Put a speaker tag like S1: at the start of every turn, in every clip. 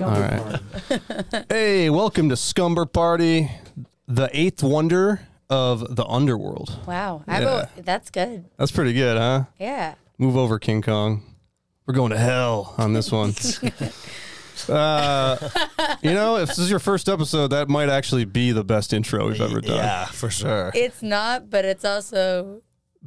S1: All right. hey, welcome to Scumber Party, the eighth wonder of the underworld.
S2: Wow. I
S1: Yeah.
S2: vote- that's good.
S1: That's pretty good, huh?
S2: Yeah.
S1: Move over, King Kong. We're going to hell on this one. uh, you know, if this is your first episode, that might actually be the best intro we've ever done.
S3: Yeah, for sure.
S2: It's not, but it's also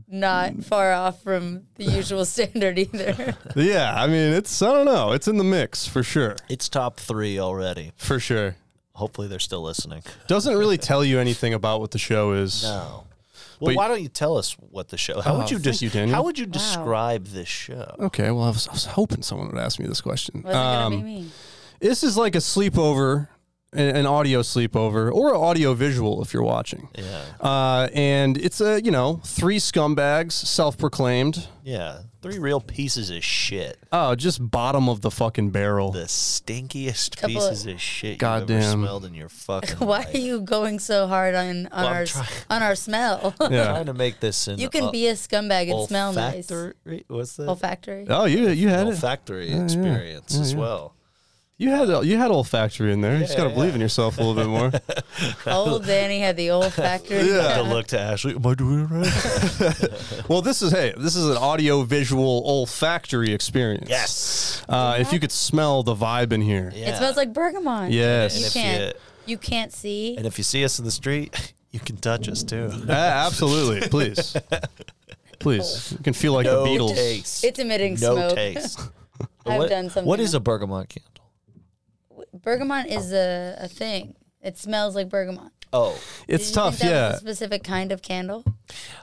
S3: Mm.
S2: not far off from the usual standard either.
S1: Yeah, I mean, it's, I don't know, it's in the mix for sure.
S3: It's top three already.
S1: For sure.
S3: Hopefully they're still listening.
S1: Doesn't really tell you anything about what the show is.
S3: No. Well,
S1: Oh. But-
S3: why don't you tell us what the show? How
S1: Oh,
S3: would you
S1: thank
S3: just?
S1: you, Daniel.
S3: how would you describe this show?
S1: Okay, well, I was, I was hoping someone would ask me this question.
S2: Wasn't gonna
S3: Um,
S2: be me.
S1: This is like a sleepover, an an audio sleepover, or audio visual if you're watching.
S3: Yeah,
S1: Uh, and it's a, you know, three scumbags, self proclaimed.
S3: yeah. Three real pieces of shit.
S1: Oh, just bottom of the fucking barrel.
S3: The stinkiest
S2: Couple
S3: pieces of shit you've ever
S1: Goddamn.
S3: smelled in your fucking
S2: Why
S3: life.
S2: are you going so hard on, on
S3: I'm
S2: our
S3: trying-
S2: on our smell?
S1: Yeah.
S3: trying to make this an
S2: you can
S3: ol-
S2: be a scumbag and smell nice.
S3: olfactory- What's that?
S2: Olfactory.
S1: Oh, you you had it.
S3: olfactory experience as well.
S1: You had you had olfactory in there. you just got to believe in yourself a little bit more.
S2: Old Danny had the olfactory.
S3: I had to look to Ashley. Am I doing it right?
S1: well, this is hey, this is an audio visual olfactory experience.
S3: yes.
S1: Uh, if you could smell the vibe in here.
S2: It smells like bergamot.
S1: Yes.
S2: You
S3: if
S2: can't.
S3: you-
S2: You can't see.
S3: And if you see us in the street, you can touch us too.
S1: Ah, absolutely. Please. Please. You can feel like the Beatles.
S3: taste.
S2: It's emitting
S3: no
S2: smoke.
S3: taste.
S2: I've done something.
S3: What is a bergamot candle?
S2: bergamot? Is a, a thing. It smells like bergamot.
S3: Oh,
S1: It's
S2: Did you think
S1: tough,
S2: that was
S1: yeah.
S2: a specific kind of candle.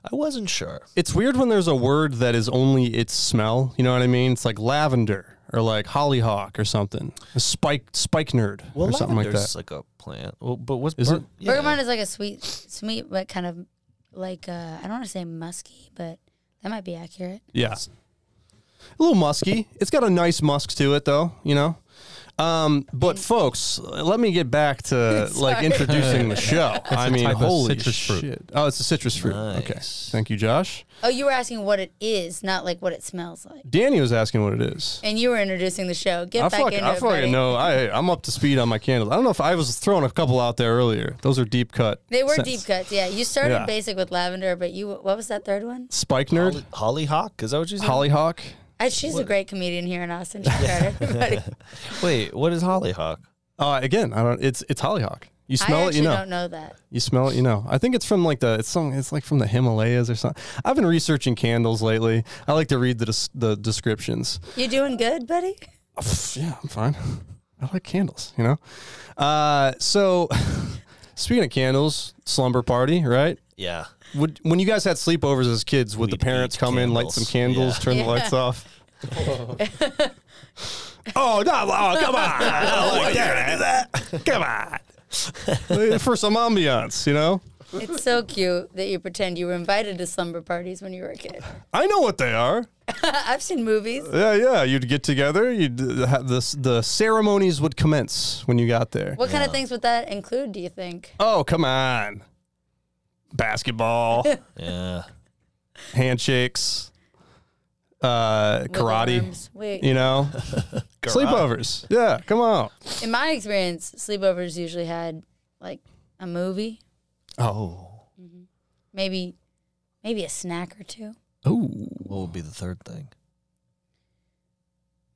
S3: I wasn't sure.
S1: It's weird when there's a word that is only its smell. You know what I mean? It's like lavender or like hollyhock or something. A spike spike nerd
S3: Well,
S1: or something like
S3: lavender's
S1: that.
S3: like a plant. Well, but what's
S1: Is it?
S3: yeah.
S2: Bergamot is like a sweet, sweet, but kind of like uh, I don't want to say musky, but that might be accurate.
S1: Yeah. A little musky. It's got a nice musk to it though, you know? Um, but folks, let me get back to like
S2: Sorry.
S1: introducing the show. I mean,
S4: type of
S1: holy
S4: citrus fruit.
S1: shit! Oh, it's a citrus fruit. Okay,
S3: Nice.
S1: thank you, Josh.
S2: Oh, you were asking what it is, not like what it smells like.
S1: Danny was asking what it is.
S2: And you were introducing the show. Get
S1: I
S2: back
S1: fucking,
S2: into
S1: I
S2: it,
S1: fucking
S2: buddy.
S1: know. I, I'm up to speed on my candles. I don't know if I was throwing a couple out there earlier. Those are deep cut.
S2: They were
S1: scents.
S2: deep cuts. Yeah, you started
S1: Yeah.
S2: basic with lavender, but you what was that third one?
S1: Spike nerd,
S3: Holly- hollyhock? Is that what you said?
S1: hollyhock.
S2: Uh, she's a great comedian here in Austin. She got everybody.
S3: Wait, what is hollyhock?
S1: Uh, again, I don't. It's it's hollyhock. You
S2: I
S1: smell it,
S2: actually
S1: you know.
S2: don't know that.
S1: You smell it, you know. I think it's from like the it's some it's like from the Himalayas or something. I've been researching candles lately. I like to read the des- the descriptions.
S2: You doing good, buddy?
S1: Pff, yeah, I'm fine. I like candles, you know. Uh, so speaking of candles, slumber party, right?
S3: Yeah.
S1: Would when you guys had sleepovers as kids, would
S3: We'd
S1: the parents
S3: eat
S1: come in, light
S3: candles.
S1: some candles,
S3: Yeah.
S1: turn the lights off? oh no! Oh, come on! I don't like that. Come on! For some ambiance, you know.
S2: It's so cute that you pretend you were invited to slumber parties when you were a kid.
S1: I know what they are.
S2: I've seen movies.
S1: Yeah, yeah. You'd get together. You'd uh, have this. The ceremonies would commence when you got there.
S2: What kind of things would that include? Do you think?
S1: Oh, come on! Basketball,
S3: Yeah.
S1: handshakes, uh,
S2: Wiggle
S1: karate.
S2: rooms. Wait,
S1: You know, sleepovers. Yeah, come on.
S2: in my experience, sleepovers usually had like a movie,
S3: Oh.
S2: maybe, maybe a snack or two.
S3: Ooh. What would be the third thing?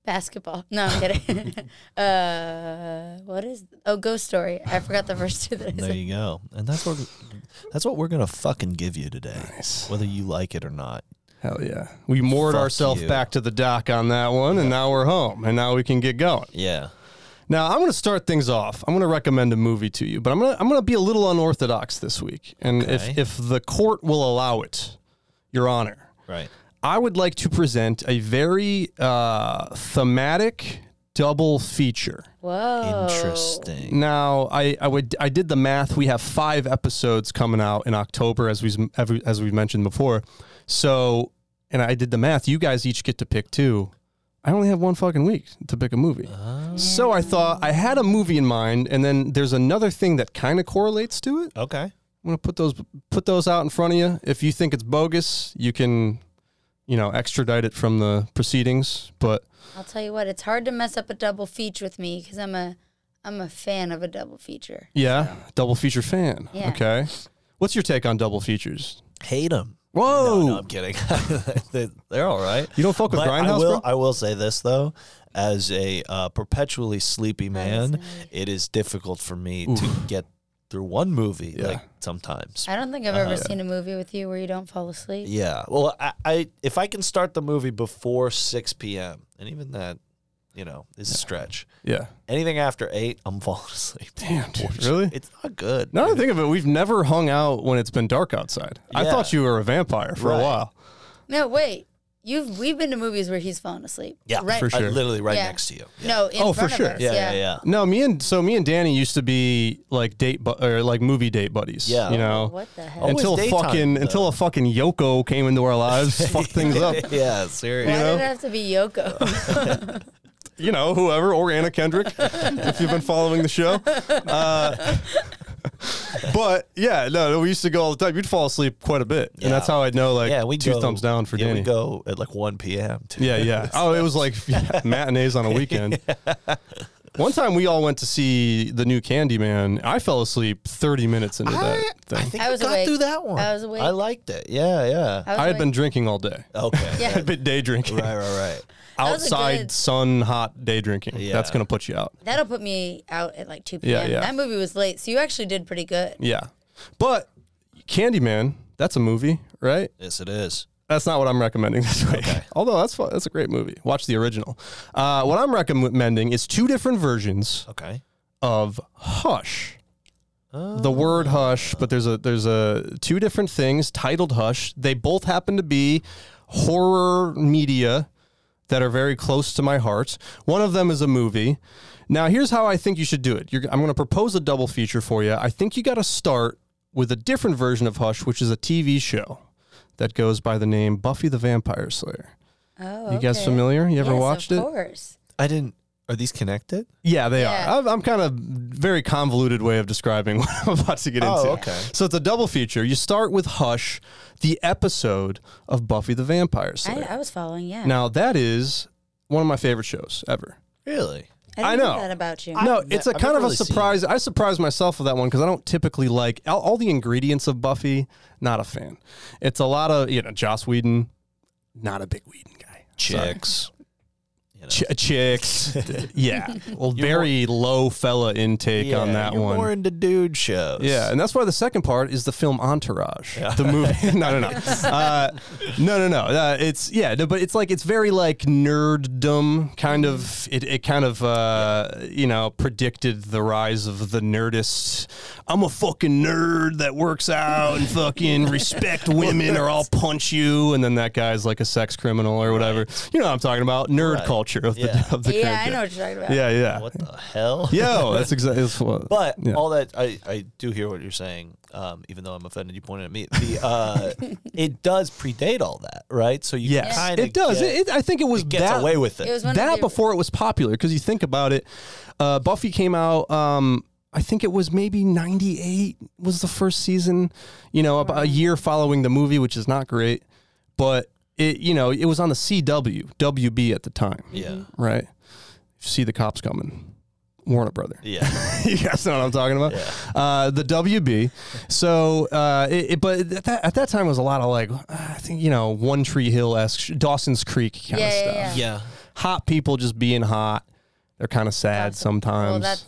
S2: Basketball. No, I'm kidding. uh, what is? Oh, Ghost Story. I forgot the first two that I
S3: There
S2: said.
S3: you go. And that's what that's what we're gonna fucking give you today, whether you like it or not.
S1: Hell yeah. We moored
S3: Fuck
S1: ourselves
S3: you.
S1: back to the dock on that one, and now we're home, and now we can get going.
S3: Yeah.
S1: Now I'm going to start things off. I'm going to recommend a movie to you, but I'm going to I'm going to be a little unorthodox this week, and
S3: Okay.
S1: if if the court will allow it, Your Honor,
S3: Right.
S1: I would like to present a very uh, thematic double feature.
S2: Whoa.
S3: Interesting.
S1: Now, I, I would I did the math. We have five episodes coming out in October, as we as we mentioned before. So, and I did the math. You guys each get to pick two I only have one fucking week to pick a movie. So I thought I had a movie in mind, and then there's another thing that kind of correlates to it.
S3: Okay.
S1: I'm gonna put those put those out in front of you. If you think it's bogus, you can, you know, extradite it from the proceedings. But
S2: I'll tell you what, it's hard to mess up a double feature with me because I'm a I'm a fan of a double feature.
S1: yeah, double feature fan.
S2: Yeah.
S1: Okay. What's your take on double features?
S3: Hate them.
S1: Whoa.
S3: No, no, I'm kidding. They- They're all right.
S1: You don't fuck with
S3: But
S1: Grindhouse,
S3: I will,
S1: bro?
S3: I will say this though, as a uh, perpetually sleepy man, it is difficult for me to get through one movie.
S1: Yeah.
S3: Like sometimes.
S2: I don't think I've ever seen a movie with you where you don't fall asleep.
S3: Yeah. Well, I, I if I can start the movie before 6 p.m. and even that, you know, is a stretch.
S1: Yeah.
S3: Anything after eight, I'm falling asleep.
S1: Damn, dude. Really?
S3: It's not good.
S1: Now that I think of it, we've never hung out when it's been dark outside. I
S3: Yeah.
S1: thought you were a vampire for a
S3: Right.
S1: while.
S2: No, wait. You've we've been to movies where he's fallen asleep.
S3: Yeah,
S2: right.
S1: for
S3: I-
S1: sure.
S3: literally right
S2: Yeah.
S3: next to you. Yeah.
S2: No, in
S1: Oh, for
S2: front
S1: sure.
S2: of us.
S3: Yeah,
S2: Yeah,
S3: yeah, yeah.
S1: No, me and so me and Danny used to be like date bu- or like movie date buddies.
S3: Yeah.
S1: you know.
S2: What the hell?
S3: Always
S1: until
S3: daytime,
S1: fucking
S3: though.
S1: until a fucking Yoko came into our lives, fucked things up.
S3: yeah, seriously.
S2: Why did it have to be Yoko?
S1: You know, whoever or Anna Kendrick, if you've been following the show. Uh, but yeah, no, no, we used to go all the time. You'd fall asleep quite a bit, and that's
S3: Yeah.
S1: how I'd know like
S3: yeah, we
S1: two
S3: go-
S1: thumbs down for
S3: yeah,
S1: Danny.
S3: We go at like 1 p.m. Too.
S1: Yeah, yeah. Oh, it was like matinees on a weekend. One time we all went to see the new Candyman. I fell asleep 30 minutes into
S3: I,
S1: that thing.
S3: I
S1: I,
S3: think
S2: I
S3: I
S2: was
S3: got
S2: awake.
S3: through that one.
S2: I was awake.
S3: I liked it. Yeah, yeah.
S2: was
S1: had
S2: like-
S1: been drinking all day.
S3: okay.
S2: Yeah.
S1: I'd been day drinking.
S3: Right, right, right.
S2: was a
S1: Outside,
S2: good-
S1: sun, hot day drinking.
S3: Yeah.
S1: That's going to put you out.
S2: That'll put me out at like 2 p.m.
S1: Yeah, yeah.
S2: That movie was late, so you actually did pretty good.
S1: Yeah. But Candyman, that's a movie, right?
S3: Yes, it is.
S1: That's not what I'm recommending this week. Although that's fu- that's a great movie. Watch the original. Uh, what I'm recommending is two different versions
S3: Okay.
S1: of Hush. The word
S2: Ah.
S1: hush, but there's a there's a two different things titled hush. They both happen to be horror media that are very close to my heart. One of them is a movie. Now, here's how I think you should do it. You're, I'm going to propose a double feature for you. I think you got to start with a different version of Hush, which is a TV show that goes by the name Buffy the Vampire Slayer.
S2: Oh,
S1: You guys
S2: okay.
S1: familiar? You ever
S2: Yes,
S1: watched
S2: of
S1: it?
S2: course.
S3: I didn't. Are these connected?
S1: Yeah, they
S2: Yeah.
S1: are. I'm, I'm kind of very convoluted way of describing what I'm about to get
S3: Oh,
S1: into.
S3: okay.
S1: So it's a double feature. You start with Hush, the episode of Buffy the Vampire
S2: I,
S1: Slayer.
S2: I was following, yeah.
S1: now that is one of my favorite shows ever.
S3: Really?
S2: I,
S1: I
S2: didn't
S1: know.
S2: that about you.
S1: no,
S3: ne-
S1: it's a
S3: I've
S1: kind
S3: never
S1: of a
S3: really seen
S1: surprise. I surprised myself with that one because I don't typically like all, all the ingredients of Buffy. Not a fan. It's a lot of you know Joss Whedon. Not a big Whedon guy. Sorry.
S3: Chicks. You know.
S1: Ch- chicks, yeah. Well, very low fella intake
S3: Yeah,
S1: on that
S3: you're
S1: one.
S3: More into dude shows.
S1: Yeah, and that's why the second part is the film Entourage, the movie. no, no, no, uh, no, no, no. Uh, it's yeah, no, but it's like it's very like nerddom kind of. It, it kind of uh, you know predicted the rise of the nerdist. I'm a fucking nerd that works out and fucking respect women, or I'll punch you. And then that guy's like a sex criminal or whatever. You know what I'm talking about? Nerd
S3: Right.
S1: culture of the
S3: Yeah.
S1: of the
S2: yeah, I
S1: current
S2: know
S1: day.
S2: what you're talking about.
S1: Yeah, yeah.
S3: What the hell?
S1: Yo, that's exactly.
S3: But
S1: Yeah.
S3: all that I, I do hear what you're saying, um, even though I'm offended. You pointed at me. The uh, it does predate all that, right? So you
S1: Yes,
S3: kind of
S1: it does. it, it, I think it was
S3: gets
S1: that,
S3: away with it.
S2: It was one
S1: that
S2: of your,
S1: before it was popular because you think about it uh, buffy came out um, i think it was maybe 98 was the first season you know about a year following the movie which is not great but it you know it was on the cw wb at the time
S3: yeah,
S1: right see the cops coming warner brother
S3: yeah.
S1: you guys know what I'm talking about. Uh, the WB. So, uh, it, it- but at that, at that time it was a lot of like, uh, I think, you know, One Tree Hill esque, Dawson's Creek kind
S2: Yeah,
S1: of
S2: yeah,
S1: stuff.
S2: yeah.
S3: yeah.
S1: Hot people just being hot. They're kind of sad
S2: Well,
S1: sometimes. Eh,
S2: that's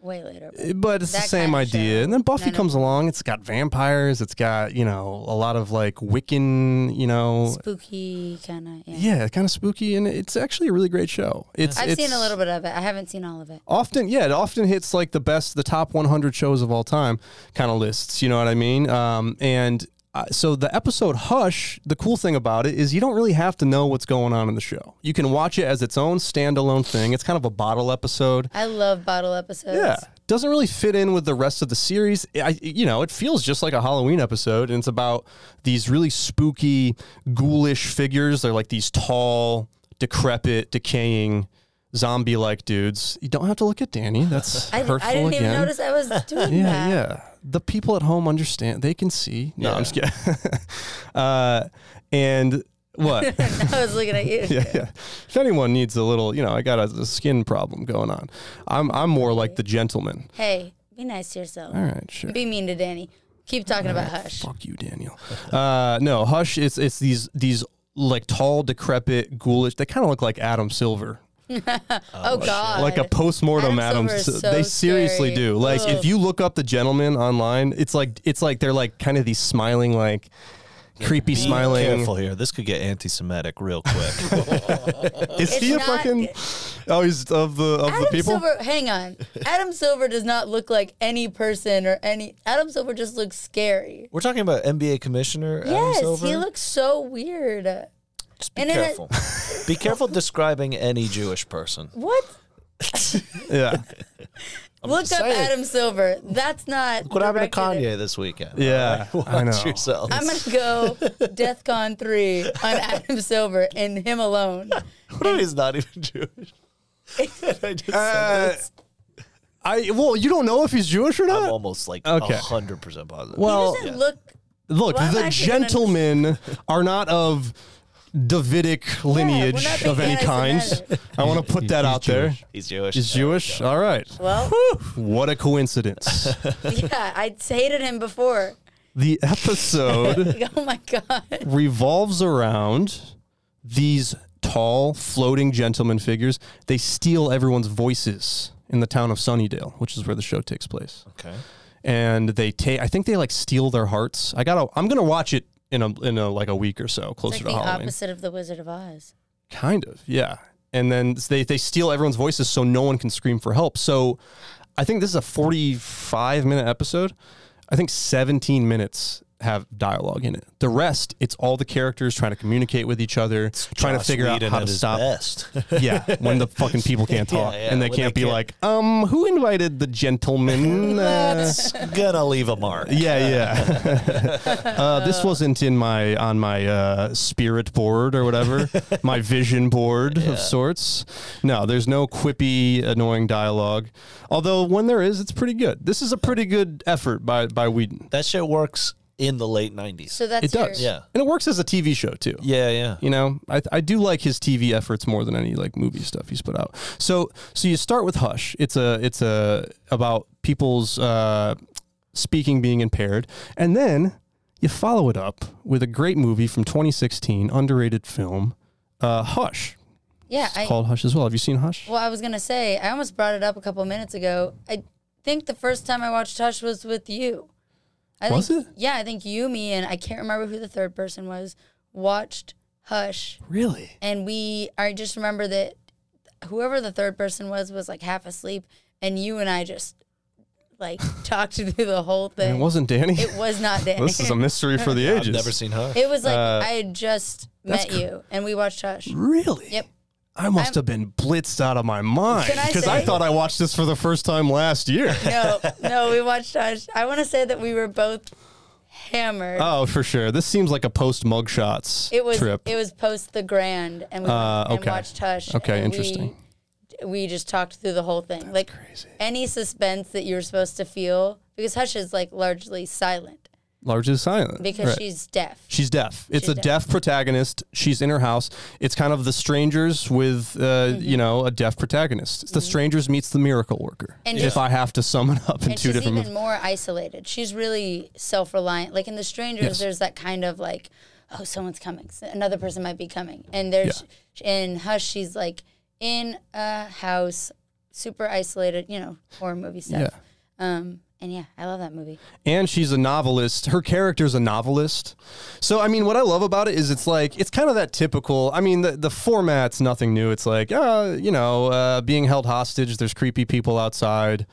S2: way later. but-
S1: but it's the
S2: that
S1: same
S2: kinda
S1: idea.
S2: show.
S1: And then Buffy
S2: No, no.
S1: comes along. It's got vampires. It's got, you know, a lot of like Wiccan, you know.
S2: Spooky kind of. Yeah.
S1: Yeah, kind of spooky. And it's actually a really great show. It's
S2: I've
S1: it's,
S2: seen a little bit of it. I haven't seen all of it.
S1: often yeah it often hits like the best the top 100 shows of all time kind of lists you know what i mean um, and uh, so the episode hush the cool thing about it is you don't really have to know what's going on in the show you can watch it as its own standalone thing it's kind of a bottle episode
S2: I love bottle episodes.
S1: yeah doesn't really fit in with the rest of the series I, you know it feels just like a halloween episode and it's about these really spooky ghoulish figures they're like these tall decrepit, decaying, zombie-like dudes. You don't have to look at Danny. That's
S2: I, I
S1: hurtful
S2: didn't
S1: again.
S2: even notice I was doing
S1: yeah,
S2: that.
S1: yeah. The people at home understand. They can see. No, I'm just
S3: Yeah.
S1: kidding. uh, and what?
S2: I was looking at you.
S1: yeah, yeah. If anyone needs a little, you know, I got a, a skin problem going on. I'm I'm more like the gentleman.
S2: Hey, be nice to yourself.
S1: All right, sure.
S2: Be mean to Danny. Keep talking about Hush.
S1: Fuck you, Daniel. Uh, no, Hush. It's it's these these like tall, decrepit, ghoulish. They kind of look like Adam Silver,
S2: Oh, God.
S1: like a postmortem Adam.
S2: Adam Silver is
S1: Sil- they
S2: so
S1: seriously
S2: scary.
S1: do. Like if
S2: Ugh.
S1: you look up the gentleman online, it's like it's like they're like kind of these smiling, like creepy smiling.
S3: Careful here. This could get anti-Semitic real quick.
S1: Is he a
S2: It's not-
S1: fucking? Oh, he's of the of
S2: Adam
S1: the people.
S2: Silver, hang on. Adam Silver does not look like any person or any. Adam Silver just looks scary.
S3: We're talking about NBA commissioner Adam
S2: yes,
S3: Silver.
S2: he looks so weird.
S3: Just be
S2: and in a-
S3: careful. be careful describing any Jewish person.
S2: What?
S1: Yeah,
S2: Look
S3: just
S2: up
S3: saying.
S2: Adam Silver. That's not.
S3: What happened to
S2: directed-
S3: Kanye this weekend?
S1: Yeah,
S3: All
S1: I
S3: Watch
S1: know.
S3: yourself.
S2: I'm gonna go DeathCon three on Adam Silver and him alone.
S3: What if he's not even Jewish? I just said
S1: Uh,
S3: this.
S1: I well, you don't know if he's Jewish or
S3: I'm
S1: not.
S3: almost like
S1: Uh, okay.
S3: hundred percent positive.
S1: Well,
S2: Doesn't look.
S1: Look,
S2: Well, I'm
S1: the
S2: actually gonna-
S1: gentlemen are not of Davidic lineage
S2: not
S1: of any
S2: being
S1: kind.
S2: anti-Semitic.
S1: I want to put that out there.
S3: he's Jewish.
S1: He's Jewish. All right.
S2: Well,
S1: What a coincidence.
S2: yeah, I hated him before.
S1: the episode
S2: Like, oh my god.
S1: revolves around these tall, floating gentleman figures. They steal everyone's voices in the town of Sunnydale, which is where the show takes place.
S3: Okay.
S1: and they take. I think they like steal their hearts. I gotta. I'm gonna watch it in a in a like a week or so, closer
S2: Like
S1: to
S2: the
S1: Halloween.
S2: opposite of the Wizard of Oz.
S1: Kind of, yeah. And then they they steal everyone's voices so no one can scream for help. So I think this is a 45 minute episode. I think 17 minutes have dialogue in it. The rest, it's all the characters trying to communicate with each other, trying to
S3: Joss
S1: figure out
S3: Whedon
S1: how
S3: at
S1: to
S3: his
S1: stop.
S3: Best.
S1: Yeah, when the fucking people can't talk
S3: yeah,
S1: and they
S3: when
S1: can't
S3: they
S1: be
S3: can't-
S1: like, um, who invited the gentleman? Uh,
S3: That's gonna leave a mark.
S1: yeah, yeah. uh, this wasn't in my on my uh, spirit board or whatever, my vision board of sorts. No, there's no quippy, annoying dialogue. Although when there is, it's pretty good. This is a pretty good effort by by Whedon.
S3: That shit works in the late nineties.
S2: So that's
S1: It does,
S2: Your,
S3: Yeah.
S1: and it works as a TV show too.
S3: yeah, yeah.
S1: You know, I, I do like his TV efforts more than any like movie stuff he's put out. So so you start with Hush. It's a it's a about people's uh, speaking being impaired, and then you follow it up with a great movie from 2016, underrated film, uh, Hush.
S2: yeah.
S1: It's
S2: I,
S1: called Hush as well. Have you seen Hush?
S2: Well, I was gonna say I almost brought it up a couple minutes ago. I think the first time I watched Hush was with you. I
S1: Was
S2: think,
S1: it?
S2: Yeah, I think you, me, and I can't remember who the third person was watched Hush,
S1: Really?
S2: and we. I just remember that whoever the third person was was like half asleep, and you and I just like talked through the whole
S1: It
S2: thing.
S1: wasn't Danny.
S2: It was not Danny.
S1: this is a mystery for the ages.
S3: I've never seen her.
S2: it was like
S1: uh,
S2: I had just
S1: that's
S2: met you, and we watched Hush.
S1: Really?
S2: Yep.
S1: I must
S2: I'm-
S1: have been blitzed out of my mind
S2: Can I
S1: because I
S2: say-
S1: thought I watched this for the first time last year.
S2: no, no, we watched Hush. I want to say that we were both hammered.
S1: Oh, for sure. This seems like a post mugshots
S2: it was
S1: trip.
S2: it was post the Grand, and we went
S1: Uh,
S2: and
S1: okay.
S2: watched Hush.
S1: Okay,
S2: and
S1: interesting.
S2: We, we just talked through the whole thing, like any suspense that you're supposed to feel, because Hush is like largely silent
S1: Largely silent.
S2: because
S1: Right.
S2: she's deaf.
S1: She's deaf. It's
S2: She's
S1: a deaf. protagonist. She's in her house. It's kind of the strangers with, uh,
S2: Mm-hmm.
S1: you know, a deaf protagonist. It's the strangers meets the miracle worker.
S2: And
S1: if
S2: she-
S1: I have to sum it up in
S2: and
S1: two
S2: she's
S1: different
S2: even more isolated. She's really self-reliant. Like in The Strangers,
S1: Yes.
S2: there's that kind of like, oh, someone's coming, S- another person might be coming, and there's in Hush, she's like in a house, super isolated. You know, horror movie stuff.
S1: Yeah.
S2: Um, and yeah, I love that movie.
S1: and she's a novelist. Her character's a novelist. So I mean, what I love about it is it's like it's kind of that typical. I mean, the, the format's nothing new. It's like uh, you know, uh, being held hostage. There's creepy people outside.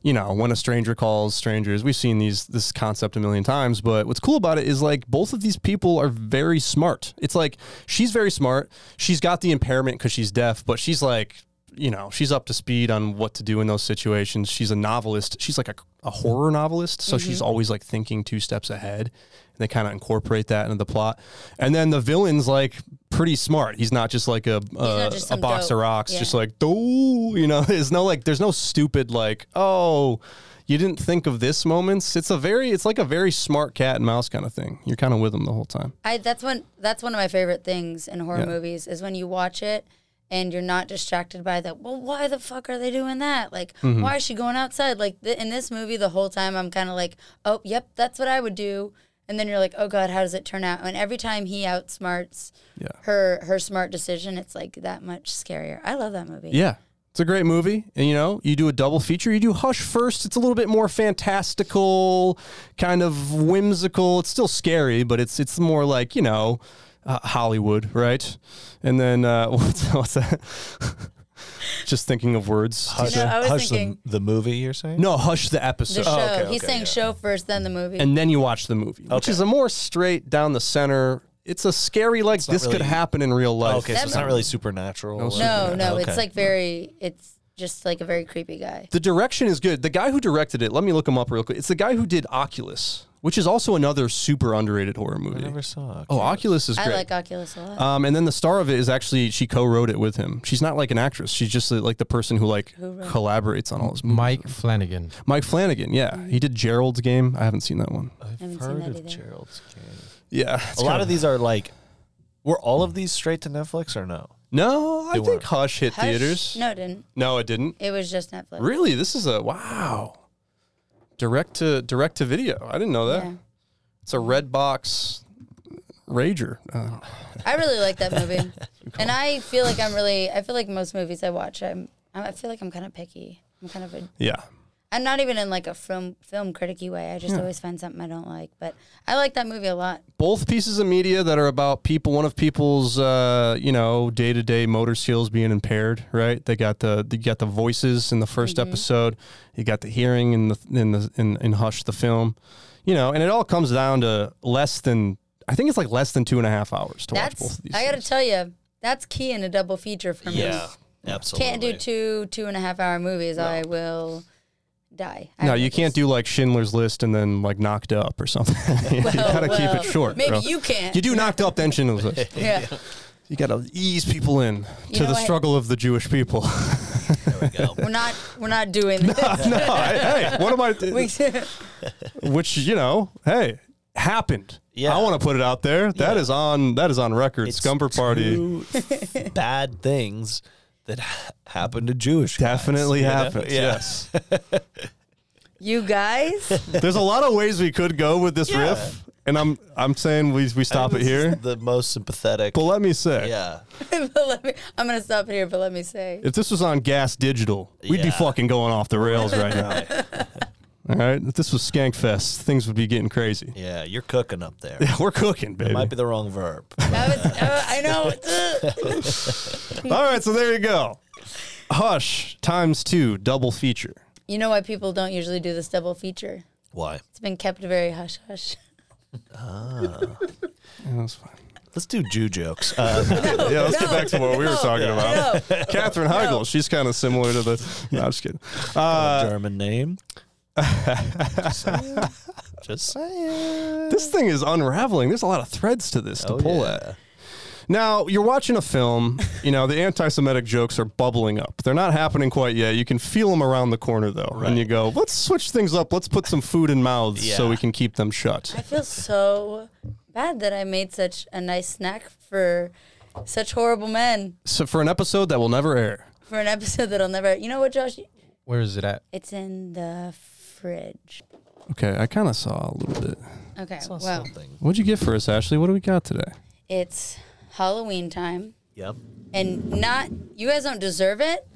S1: You know, when a stranger calls strangers, we've seen these this concept a million times. But what's cool about it is like both of these people are very smart. It's like she's very smart. She's got the impairment because she's deaf, but she's like you know, she's up to speed on what to do in those situations. She's a novelist. She's like a, a horror novelist, so she's
S2: Mm-hmm.
S1: always like thinking two steps ahead. And they kind of incorporate that into the plot. And then the villain's like pretty smart. He's not just like a a,
S2: just
S1: a
S2: some
S1: box of
S2: dope.
S1: rocks,
S2: Yeah.
S1: just like oh, you know. There's no like, there's no stupid like oh. You didn't think of this moments. It's a very, it's like a very smart cat and mouse kind of thing. You're kind of with them the whole time.
S2: I that's one that's one of my favorite things in horror movies is when you watch it and you're not distracted by the well why the fuck are they doing that like
S3: Mm-hmm.
S2: why is she going outside like th- in this movie the whole time I'm kind of like oh yep that's what I would do and then you're like oh god how does it turn out and every time he outsmarts
S1: Yeah.
S2: her her smart decision it's like that much scarier I love that movie
S1: Yeah. It's a great movie. And you know, you do a double feature. You do Hush first. It's a little bit more fantastical, kind of whimsical. It's still scary, but it's it's more like, you know, uh, Hollywood, right? And then uh, what's, what's that? Just thinking of words.
S3: Hush,
S2: know, I was
S3: Hush the-
S2: thinking-
S3: the, movie you're saying?
S1: No, Hush the
S2: the
S1: episode. Oh,
S2: show
S3: oh, okay,
S2: he's
S3: okay,
S2: saying
S3: yeah.
S2: show first then the movie
S1: And then you watch the movie, which
S3: Okay.
S1: is a more straight down the center. It's a scary like
S3: not
S1: this could
S3: really-
S1: happen in real life.
S3: Oh, okay, so it's not really supernatural. or-
S2: no no
S3: Okay.
S2: it's like very it's just like a very creepy guy
S1: The direction is good. The guy who directed it, let me look him up real quick. It's the guy who did Oculus, which is also another super underrated horror
S3: I
S1: movie.
S3: never saw. it.
S1: oh, Oculus is
S2: I
S1: great.
S2: like uh, Oculus a lot
S1: um, and then the star of it is actually she co-wrote it with him. She's not like an actress. She's just uh, like the person who like collaborates on all his. Mike,
S4: Mike Flanagan.
S1: Mike Flanagan. Yeah, he did Gerald's Game. I haven't seen that one.
S2: haven't
S3: I've
S2: seen
S3: heard
S2: that
S3: of
S2: either.
S3: Gerald's Game.
S1: Yeah,
S3: Uh, a lot of these are like were all of these straight to netflix or no
S1: No, I
S3: They
S1: think
S3: weren't.
S1: Hush hit
S2: Hush?
S1: theaters.
S2: no it didn't
S1: no, it didn't.
S2: It was just Netflix.
S1: Really, this is a wow. Direct to direct to video. I didn't know that.
S2: Yeah.
S1: It's a red box rager. Uh,
S2: I really like that movie, and I feel like I'm really. I feel like most movies I watch, I'm. I feel like I'm kind of picky. I'm kind of a.
S1: yeah.
S2: I'm not even in like a film film criticky way. I just always find something I don't like. But I like that movie a lot.
S1: Both pieces of media that are about people, one of people's, uh, you know, day to day motor skills being impaired, right? They got the they got the voices in the 1st
S2: Mm-hmm.
S1: episode, you got the hearing in the in the in, in Hush the film, you know, and it all comes down to less than I think it's like less than two and a half hours to watch both
S2: That's.
S1: of these.
S2: I gotta
S1: things.
S2: tell you, that's key in a double feature for me.
S3: absolutely
S2: Can't do two two and a half hour movies. I will die. I
S1: no,
S2: will
S1: you can't
S2: just-
S1: do like Schindler's List and then like Knocked Up or something. you gotta keep
S2: Oh, well,
S1: it short.
S2: Maybe
S1: bro.
S2: you can't.
S1: You do knocked up then Schindler's List.
S2: Yeah.
S1: You got to ease people in
S2: You
S1: to
S2: know
S1: the
S2: what?
S1: struggle of the Jewish people.
S3: there we go
S2: We're not. We're not doing. that.
S1: no, I, hey, what am I?
S2: We-
S1: Which you know, hey, happened.
S3: Yeah.
S1: I want to put it out there. That is
S3: Yeah.
S1: on. That is on record.
S3: It's
S1: Scumper party
S3: two bad things that ha- happen to jewish guys,
S1: definitely
S3: you know?
S1: happens.
S3: Yeah.
S1: Yes.
S2: you guys.
S1: There's a lot of ways we could go with this
S3: Yeah.
S1: riff, and I'm I'm saying we we stop it
S3: This is
S1: here.
S3: the most sympathetic
S1: But let me say,
S3: yeah
S2: but let me, I'm gonna stop here. But let me say,
S1: if this was on Gas Digital, we'd be
S3: Yeah.
S1: fucking going off the rails right now. All right, if this was Skankfest, things would be getting crazy.
S3: yeah you're cooking up there
S1: We're cooking, baby.
S3: might be the wrong verb
S2: I was. Uh, I know. Ugh.
S1: All right, so there you go. Hush times two, double feature.
S2: you know why people don't usually do this double feature?
S3: why
S2: It's been kept very hush hush.
S1: that's fine.
S3: let's do jew jokes uh,
S1: Yeah, let's get
S2: no,
S1: back to what we were
S2: no,
S1: talking about.
S2: No.
S1: Catherine Heigl, she's kind of similar to the. No, I'm just kidding. Uh,
S3: german name just saying, just saying.
S1: this thing is unraveling. There's a lot of threads to this to
S3: Oh,
S1: pull
S3: yeah.
S1: at. Now, you're watching a film, you know, the anti Semitic jokes are bubbling up. They're not happening quite yet. You can feel them around the corner, though. And you go, let's switch things up. Let's put some food in mouths so
S3: Yeah.
S1: we can keep them shut.
S2: I feel so bad that I made such a nice snack for such horrible men
S1: So, for an episode that will never air.
S2: for an episode that'll never. You know what, Josh?
S4: Where is it at?
S2: It's in the fridge.
S1: Okay, I kind of saw a little bit.
S2: Okay. Well,
S3: something
S1: What'd you get for us, Ashley? What do we got today?
S2: it's Halloween time.
S3: yep
S2: and not you guys don't deserve it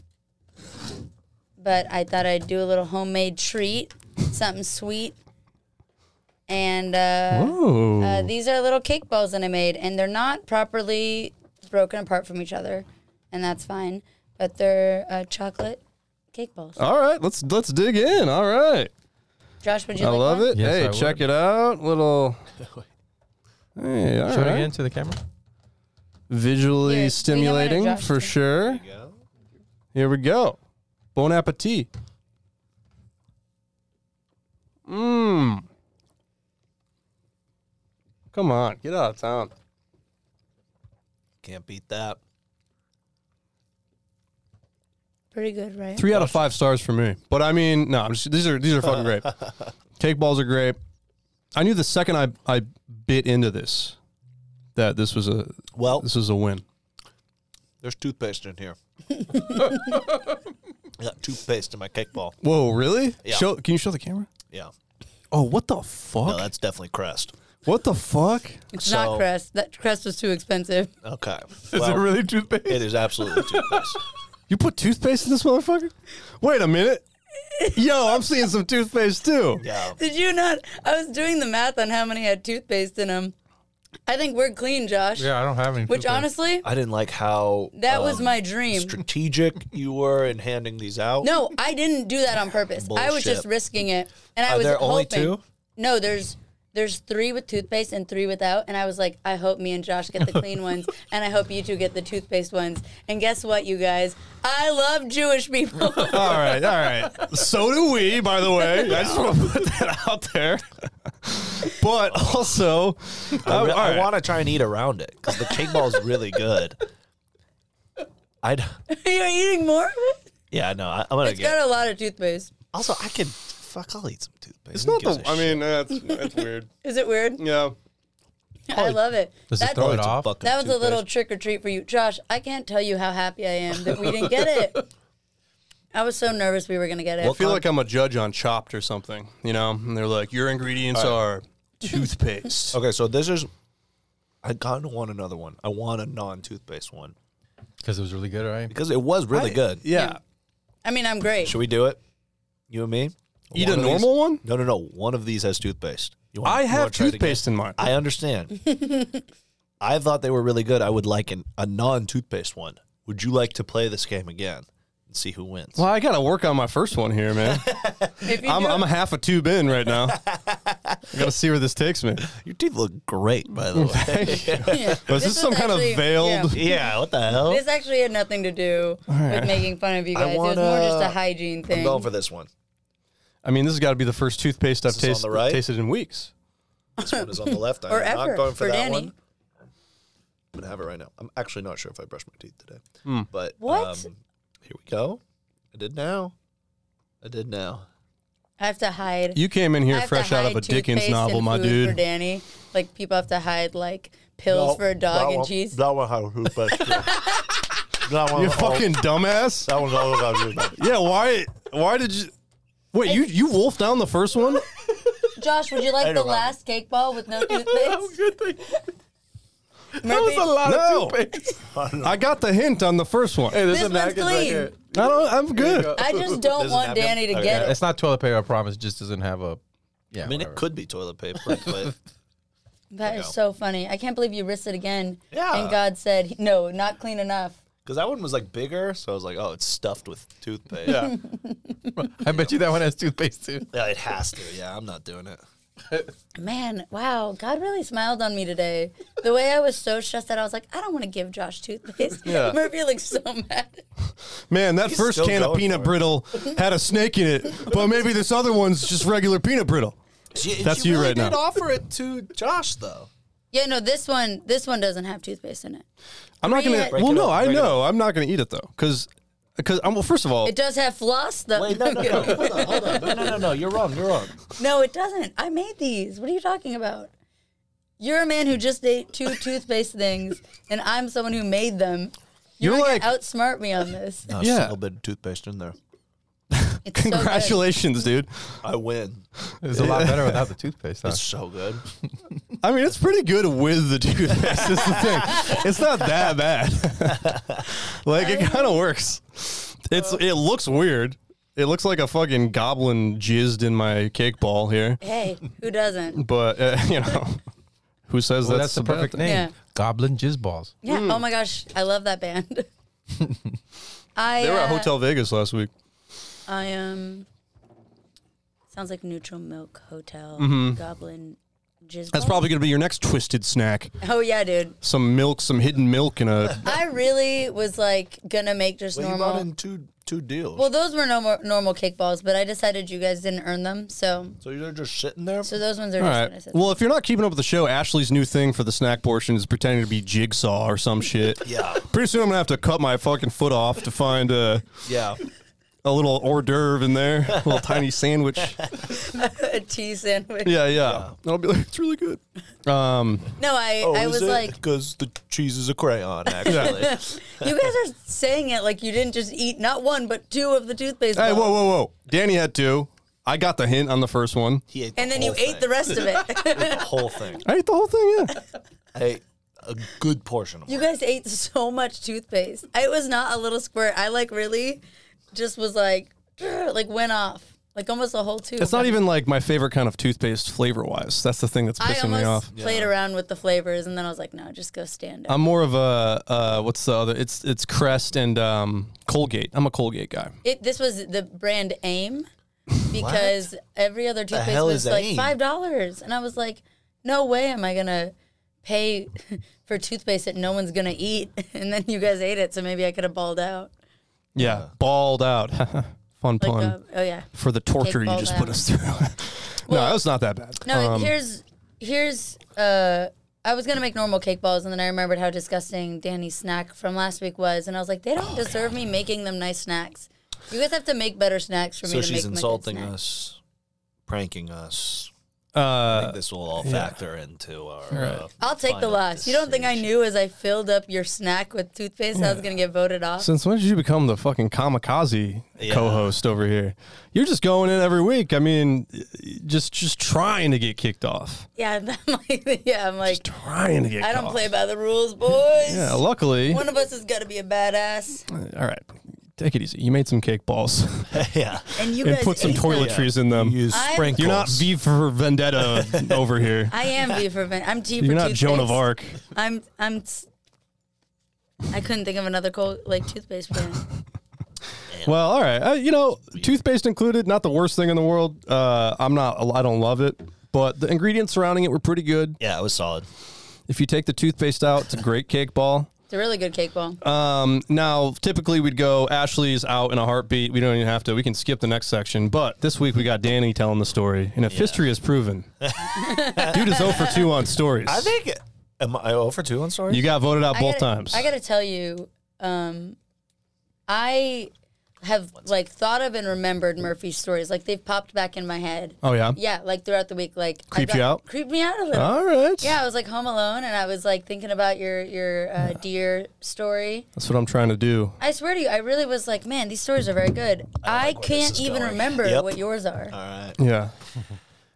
S2: but i thought i'd do a little homemade treat something sweet and uh,
S1: Oh,
S2: uh, these are little cake balls that i made and they're not properly broken apart from each other and that's fine but they're uh, chocolate cake balls
S1: all right. Let's let's dig in. All right,
S2: josh would you
S1: I
S2: like
S1: love
S2: one?
S1: it.
S4: Yes,
S1: hey,
S4: I
S1: check
S4: would.
S1: it out. Little. Hey, all
S4: Show it
S1: right.
S4: again to the camera.
S1: Visually
S2: Here, we don't wanna
S1: stimulating
S2: adjust
S1: for
S2: it.
S1: sure. Here we go. Bon appetit. Mmm. Come on, get out of town.
S3: Can't beat that.
S2: Pretty good, right?
S1: Three out of five stars for me. But I mean, no, I'm just, these are these are fucking great. Cake balls are great. I knew the second I, I bit into this that this was a
S3: Well,
S1: this was a win.
S3: there's toothpaste in here. I got toothpaste in my cake ball.
S1: Whoa, really?
S3: Yeah.
S1: Show can you show the camera?
S3: Yeah.
S1: Oh, what the fuck?
S3: No, that's definitely Crest.
S1: what the fuck?
S2: It's
S3: So-
S2: not Crest. That Crest was too expensive.
S3: Okay.
S1: Is
S3: Well,
S1: it really toothpaste?
S3: It is absolutely toothpaste.
S1: You put toothpaste in this motherfucker? Wait a minute. Yo, I'm seeing some toothpaste too.
S3: yeah.
S2: Did you not? I was doing the math on how many had toothpaste in them. I think we're clean, Josh.
S4: Yeah, I don't have any.
S2: Which
S4: toothpaste.
S2: honestly,
S3: I didn't like how
S2: that was
S3: um,
S2: my dream.
S3: strategic you were in handing these out.
S2: No, I didn't do that on purpose. I was just
S3: Bullshit.
S2: risking it, and I
S3: Are
S2: was
S3: there only
S2: hoping-
S3: two?
S2: No, there's there's three with toothpaste and three without, and I was like, I hope me and Josh get the clean ones, and I hope you two get the toothpaste ones. And guess what, you guys? I love Jewish people.
S1: All right, all right. So do we, by the way. I just want to put that out there. But also,
S3: I,
S1: Oh, all
S3: re- I
S1: right.
S3: want to try and eat around it because the cake ball is really good. I'd,
S2: You're eating more. of it?
S3: yeah, no, I, I'm gonna
S2: It's
S3: get.
S2: got a lot of toothpaste.
S3: also, I could fuck. I'll eat some toothpaste.
S1: it's not the. I mean, that's that's weird.
S2: Is it weird?
S1: Yeah.
S2: I love it.
S4: Does it
S2: That-
S3: Oh,
S4: throw it off?
S2: That was a little trick or treat for you. Josh, I can't tell you how happy I am that we didn't get it. I was so nervous we were going to get it.
S1: I feel like I'm a judge on Chopped or something, you know? And they're like, your ingredients are toothpaste.
S3: Okay, so this is. I kind of want another one. I want a non-toothpaste one
S4: because it was really good, right?
S3: because it was really good.
S1: Yeah.
S2: I mean, I'm great.
S3: Should we do it? You and me.
S1: Eat
S3: One
S1: a
S3: of these-
S1: normal one?
S3: No, no, no. One of these has toothpaste. You wanna-
S1: I
S3: you wanna
S1: have
S3: try it again?
S1: toothpaste in mine.
S3: I understand. I thought they were really good. I would like an, a non-toothpaste one. Would you like to play this game again and see who wins?
S1: Well, I got to work on my first one here, man.
S2: If you
S1: I'm,
S2: do
S1: I'm a half a tube in right now. I got to see where this takes me.
S3: Your teeth look great, by the way.
S2: Yeah.
S1: Was this, some
S2: was
S1: kind
S2: actually-
S1: of veiled?
S2: yeah.
S3: yeah, what the hell?
S2: This actually had nothing to do with making fun of you
S3: I
S2: guys. it was more just a
S3: wanna-
S2: hygiene thing.
S3: I'm going for this one.
S1: I mean, this has got to be the first toothpaste I've
S3: Is this on
S1: tasted,
S3: the right?
S1: tasted in weeks.
S3: This one is on the left. I'm
S2: Or
S3: not
S2: ever,
S3: going
S2: for
S3: for, that
S2: Danny.
S3: one. I'm gonna have it right now. I'm actually not sure if I brushed my teeth today. But
S2: What?
S3: Um, here we go. I did now. I did now.
S2: I have to hide.
S1: You came in
S2: I
S1: here
S2: have to
S1: fresh out of
S2: hide
S1: a Dickens
S2: toothpaste
S1: novel,
S2: and
S1: my
S2: food For
S1: dude.
S2: Danny, like people have to hide like pills for a
S3: that
S2: dog and
S3: one-
S2: cheese.
S3: That one had who best. that one,
S1: You fucking dumbass.
S3: That one's all about you.
S1: Yeah, why? Why did you? Wait, you you wolfed down the first one?
S2: Josh, would you like the
S3: don't know.
S2: last cake ball with no toothpaste? Murphy,
S4: lot
S1: No. I got the hint on the first one. I
S2: this one's clean.
S1: don't. I'm good.
S2: I just don't
S3: There's a
S2: want
S3: napkin?
S2: Danny to
S3: Okay.
S2: get it.
S4: It's not toilet paper. I promise. It just doesn't have a. Yeah,
S3: I mean, it could be toilet paper, but
S2: That
S3: go.
S2: is so funny. I can't believe you risked it again.
S3: Yeah.
S2: And God said, no, not clean enough.
S3: because that one was like bigger, so I was like, oh, it's stuffed with toothpaste.
S1: Yeah.
S4: I bet you that one has toothpaste too.
S3: Yeah, it has to. Yeah, I'm not doing it.
S2: Man, wow, God really smiled on me today. The way I was so stressed out, I was like, I don't want to give Josh toothpaste.
S1: Yeah.
S2: Murphy looks so mad.
S1: Man, that first
S3: still
S1: can of
S3: going for
S1: peanut
S3: it.
S1: brittle had a snake in it, but maybe this other one's just regular peanut brittle.
S3: She,
S1: That's you
S3: really
S1: right
S3: did
S1: now.
S3: offer it to Josh though.
S2: Yeah, no, this one, this one doesn't have toothpaste in it.
S1: I'm not gonna.
S2: Break
S1: Well,
S3: it
S1: no,
S3: up,
S1: I
S3: break it
S1: know. I'm not gonna eat it though, because because I'm well. First of all,
S2: It does have floss, though.
S3: Wait, no, no, no, hold on, hold on, no, no, no, no. You're wrong. You're wrong.
S2: No, it doesn't. I made these. What are you talking about? You're a man who just ate two toothpaste things, and I'm someone who made them.
S1: you're
S2: You're
S1: like,
S2: gonna outsmart me on this.
S3: Not
S1: Yeah.
S3: a single bit of toothpaste in there.
S2: It's so good.
S1: congratulations, dude.
S3: I win.
S4: It's a lot better without the toothpaste. Huh?
S3: It's so good.
S1: I mean, it's pretty good with the toothpaste. is the thing. It's not that bad. like it kind of works. It's it looks weird. It looks like a fucking goblin jizzed in my cake ball here.
S2: Hey, who doesn't?
S1: But uh, you know, who says
S4: Well, that's,
S1: that's,
S4: the
S1: a bad
S4: perfect
S1: thing?
S4: name.
S2: Yeah.
S4: Goblin jizz balls.
S2: Yeah. Oh my gosh, I love that band. I.
S1: They were at
S2: uh,
S1: Hotel Vegas last week.
S2: I um, am. sounds like Neutral Milk Hotel
S1: Mm-hmm.
S2: Goblin Jizz
S1: That's
S2: balls?
S1: probably going to be your next twisted snack.
S2: Oh yeah, dude.
S1: Some milk, some hidden milk, and a.
S2: I really was like gonna make just
S3: Well, you
S2: normal.
S3: brought in two two deals.
S2: well, those were normal normal cake balls, but I decided you guys didn't earn them, so
S3: so you're just sitting there.
S2: so those ones are
S1: All
S2: just what I
S1: right.
S2: said.
S1: Well, if you're not keeping up with the show, Ashley's new thing for the snack portion is pretending to be jigsaw or some shit.
S3: yeah,
S1: Pretty soon I'm gonna have to cut my fucking foot off to find a
S3: yeah.
S1: a little hors d'oeuvre in there, a little tiny sandwich.
S2: a tea sandwich.
S1: Yeah, yeah. And I'll be like, it's really good. Um,
S2: No, I
S3: Oh,
S2: I
S3: is
S2: was
S3: it?
S2: like,
S3: because the cheese is a crayon. Actually,
S2: you guys are saying it like you didn't just eat not one but two of the toothpaste.
S1: hey,
S2: balls.
S1: whoa, whoa, whoa! Danny had two. I got the hint on the first one.
S3: he ate the
S2: And then you
S3: whole
S2: ate the
S3: thing.
S2: rest of it.
S3: the whole thing.
S1: I ate the whole thing. Yeah.
S3: I ate a good portion of it.
S2: you guys ate so much toothpaste. It was not a little squirt. I like really just was like like went off like almost a whole tube.
S1: It's not even like my favorite kind of toothpaste flavor wise. That's the thing that's
S2: I
S1: pissing me off. Oh.
S2: almost played around with the flavors, and then I was like, no, just go stand up.
S1: I'm more of a uh, what's the other? It's it's Crest and um, Colgate. I'm a Colgate guy.
S2: it, this was the brand AIM because every other toothpaste
S3: hell
S2: was
S3: is
S2: like
S3: AIM?
S2: five dollars, and I was like, no way am I gonna pay for toothpaste that no one's gonna eat. And then you guys ate it, so maybe I could have balled out.
S1: Yeah, balled out. Fun
S2: Like,
S1: pun
S2: uh, oh yeah.
S1: for the torture you
S2: balled
S1: just put
S2: out.
S1: us through. no, it's not that bad.
S2: No,
S1: Um,
S2: here's here's uh I was gonna make normal cake balls and then I remembered how disgusting Danny's snack from last week was and I was like, they
S1: Oh,
S2: don't deserve me making them nice snacks. You guys have to make better snacks for
S3: So
S2: me to make
S3: she's
S2: them a good
S3: insulting
S2: snack."
S3: us, pranking us. I
S1: uh,
S3: think this will all factor into our. Uh,
S2: I'll take the
S3: final
S2: loss. You don't think I
S3: decision.
S2: knew as I filled up your snack with toothpaste I was gonna get voted off?
S1: Since when did you become the fucking kamikaze
S3: Yeah.
S1: co-host over here? You're just going in every week. I mean, just just trying to get kicked off.
S2: yeah, and I'm like, yeah, I'm like,
S1: Trying to get.
S2: I don't
S1: caught.
S2: play by the rules, boys.
S1: Yeah, luckily.
S2: One of us has got to be a badass,
S1: all right, take it easy. You made some cake balls
S3: uh, yeah.
S2: and you
S1: and
S2: guys
S1: put some
S2: ate them.
S1: toiletries in them.
S3: Use
S2: I'm-
S1: You're not
S3: sprinkles.
S1: V for Vendetta over here.
S2: I am V for Ven- I'm G for
S1: You're not
S2: toothpaste.
S1: Joan of Arc.
S2: I'm I'm. s- I couldn't think of another cold like toothpaste brand.
S1: Well, all right. Uh, you know, toothpaste included, not the worst thing in the world. Uh, I'm not. I don't love it, but the ingredients surrounding it were pretty good.
S3: Yeah, it was solid.
S1: If you take the toothpaste out, it's a great cake ball.
S2: It's a really good cake ball.
S1: Um, now, typically we'd go Ashley's out in a heartbeat. We don't even have to. We can skip the next section. But this week we got Danny telling the story, and if history is proven, dude is 0 for 2 on stories.
S3: I think. it- Am I over two on stories?
S1: you got voted out
S2: I
S1: both
S2: gotta-
S1: times.
S2: I gotta tell you, um, I have like thought of and remembered Murphy's stories. Like they've popped back in my head.
S1: oh yeah.
S2: Yeah, like throughout the week. Like I
S1: Creeped you
S2: got-
S1: out?
S2: Creeped me out a little.
S1: All right.
S2: Yeah, I was like home alone, and I was like thinking about your your uh, deer story.
S1: That's what I'm trying to do.
S2: I swear to you, I really was like, man, these stories are very good. I,
S3: like where this
S2: can't
S3: is
S2: even
S3: going.
S2: remember
S3: Yep.
S2: what yours are.
S3: All right.
S1: Yeah.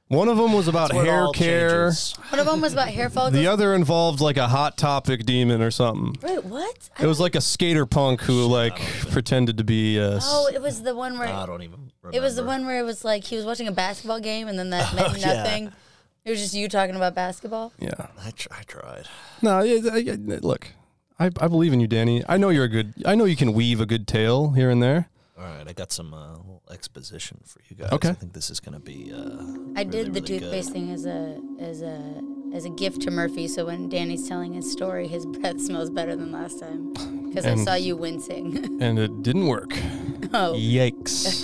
S1: One of them was about
S3: Where it
S1: hair
S3: all
S1: care.
S3: changes.
S2: One of them was about hair follicles.
S1: The other involved like a hot topic demon or something.
S2: Wait, what? I
S1: It was like a skater punk who like pretended to be a s-
S2: Oh, it was the one where
S3: I don't even. Remember. Oh,
S2: it was the one where it was like he was watching a basketball game and then that meant
S3: yeah.
S2: nothing. It was just you talking about basketball.
S1: yeah.
S3: I, tr- I tried.
S1: No, it- I- I- look, I, I believe in you, Danny. I know you're a good. I know you can weave a good tale here and there.
S3: All right, I got some uh, little exposition for you guys.
S1: Okay.
S3: I think this is gonna be. Uh,
S2: I did the
S3: really good.
S2: toothpaste thing as a as a as a gift to Murphy. So when Danny's telling his story, his breath smells better than last time because I
S1: And-
S2: saw you wincing.
S1: And it didn't work.
S2: oh,
S1: Yikes!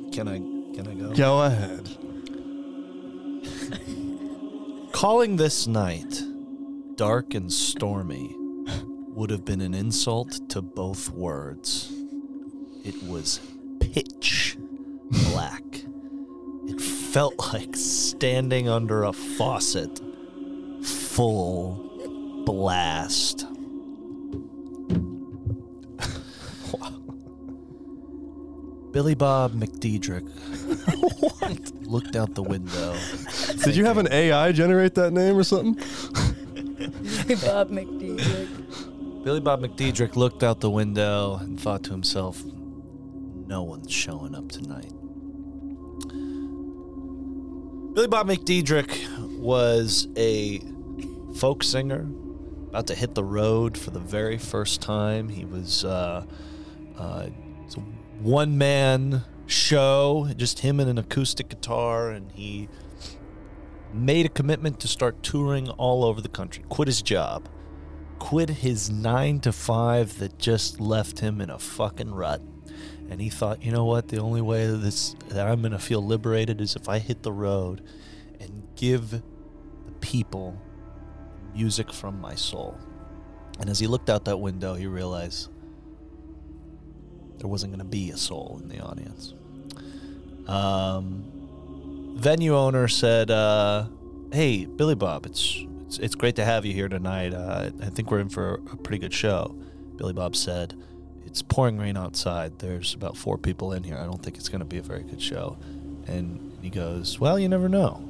S3: can I? Can I go?
S1: Go ahead.
S3: Calling this night dark and stormy would have been an insult to both words. It was pitch black. It felt like standing under a faucet, full blast. Billy Bob McDedrick looked out the window.
S1: Did you have an AI generate that name or something?
S2: Bob McDee.
S3: Billy Bob McDedrick looked out the window and thought to himself, no one's showing up tonight. Billy Bob McDedrick was a folk singer, about to hit the road for the very first time. He was uh, uh, one man show, just him and an acoustic guitar, and he made a commitment to start touring all over the country. Quit his job, quit his nine to five that just left him in a fucking rut. And he thought, you know what? The only way that this that I'm gonna feel liberated is if I hit the road and give the people music from my soul. And as he looked out that window, he realized there wasn't going to be a soul in the audience. Um, venue owner said, uh, "Hey, Billy Bob, it's it's, it's great to have you here tonight. Uh, I think we're in for a pretty good show." Billy Bob said, "It's pouring rain outside. There's about four people in here. I don't think it's going to be a very good show." And he goes, "Well, you never know.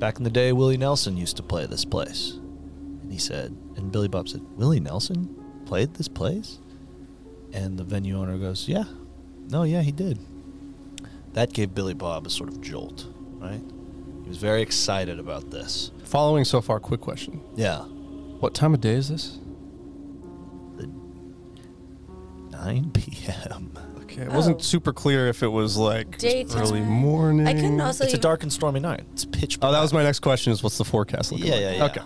S3: Back in the day, Willie Nelson used to play this place." And he said, and Billy Bob said, "Willie Nelson played this place?" And the venue owner goes, Yeah. No, yeah, he did. That gave Billy Bob a sort of jolt, right? He was very excited about this.
S1: Following so far, quick question.
S3: Yeah.
S1: What time of day is this?
S3: 9 p.m.
S1: Okay, it wasn't
S2: Oh.
S1: super clear if it was like
S2: Daytime.
S1: early morning.
S2: I couldn't also.
S3: It's a
S2: even-
S3: dark and stormy night. It's pitch black.
S1: Oh, that was my next question: is what's the forecast looking
S3: Yeah,
S1: like?
S3: yeah, yeah.
S1: Okay,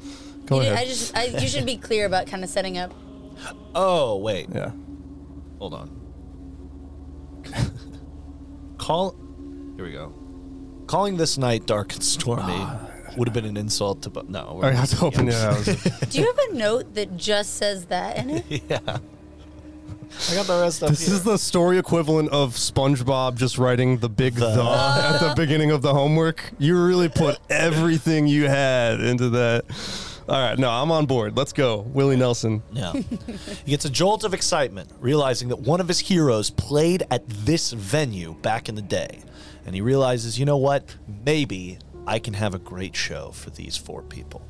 S2: you
S1: go
S2: did-
S1: ahead.
S2: I just. I, you should be clear about kind of setting up.
S3: Oh, wait.
S1: yeah,
S3: Hold on. Call. Here we go. Calling this night dark and stormy would have been an insult Ah. to. Bo- no.
S1: I
S3: we're-
S1: was hoping. Yeah, that was-
S2: Do you have a note that just says that in it?
S3: yeah. I got the rest of
S1: this is the story equivalent of SpongeBob just writing the big the, at the beginning of the homework. You really put everything you had into that. All right, no, I'm on board. Let's go, Willie Nelson.
S3: Yeah. he gets a jolt of excitement, realizing that one of his heroes played at this venue back in the day. And he realizes, you know what? Maybe I can have a great show for these four people.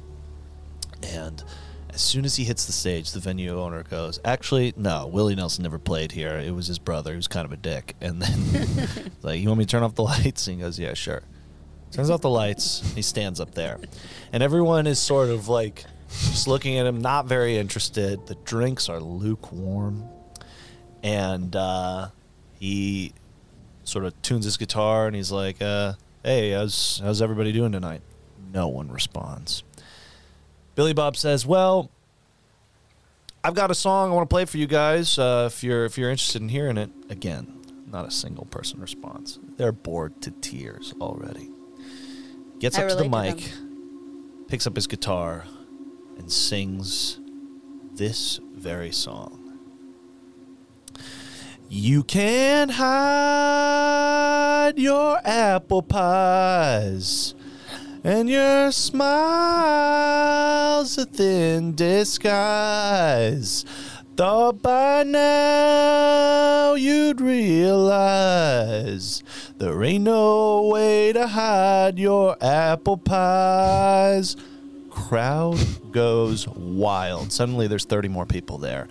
S3: And as soon as he hits the stage, the venue owner goes, Actually, no, Willie Nelson never played here. It was his brother. He was kind of a dick. And then, like, you want me to turn off the lights? And he goes, Yeah, sure. Turns off the lights. and He stands up there. And everyone is sort of like just looking at him, not very interested. The drinks are lukewarm. And uh, he sort of tunes his guitar and he's like, uh, Hey, how's, how's everybody doing tonight? No one responds. Billy Bob says, "Well, I've got a song I want to play for you guys. Uh, if you're if you're interested in hearing it, again, not a single person responds. They're bored to tears already. Gets
S2: I
S3: up to the
S2: relate to
S3: mic, picks up his guitar, and sings this very song. You can't hide your apple pies." And your smile's a thin disguise. Thought by now you'd realize there ain't no way to hide your apple pies. Crowd goes wild. Suddenly there's 30 more people there,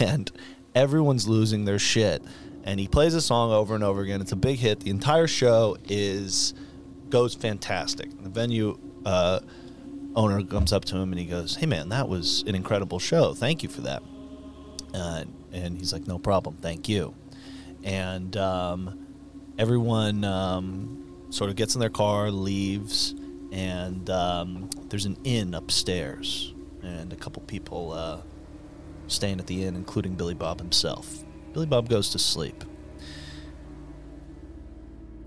S3: and everyone's losing their shit. And he plays a song over and over again. It's a big hit. The entire show is goes fantastic. The venue uh, owner comes up to him and he goes, "Hey man, that was an incredible show. Thank you for that." Uh, and he's like, "No problem. Thank you." And um, everyone um, sort of gets in their car, leaves, and um, there's an inn upstairs, and a couple people uh, staying at the inn, including Billy Bob himself. Billy Bob goes to sleep.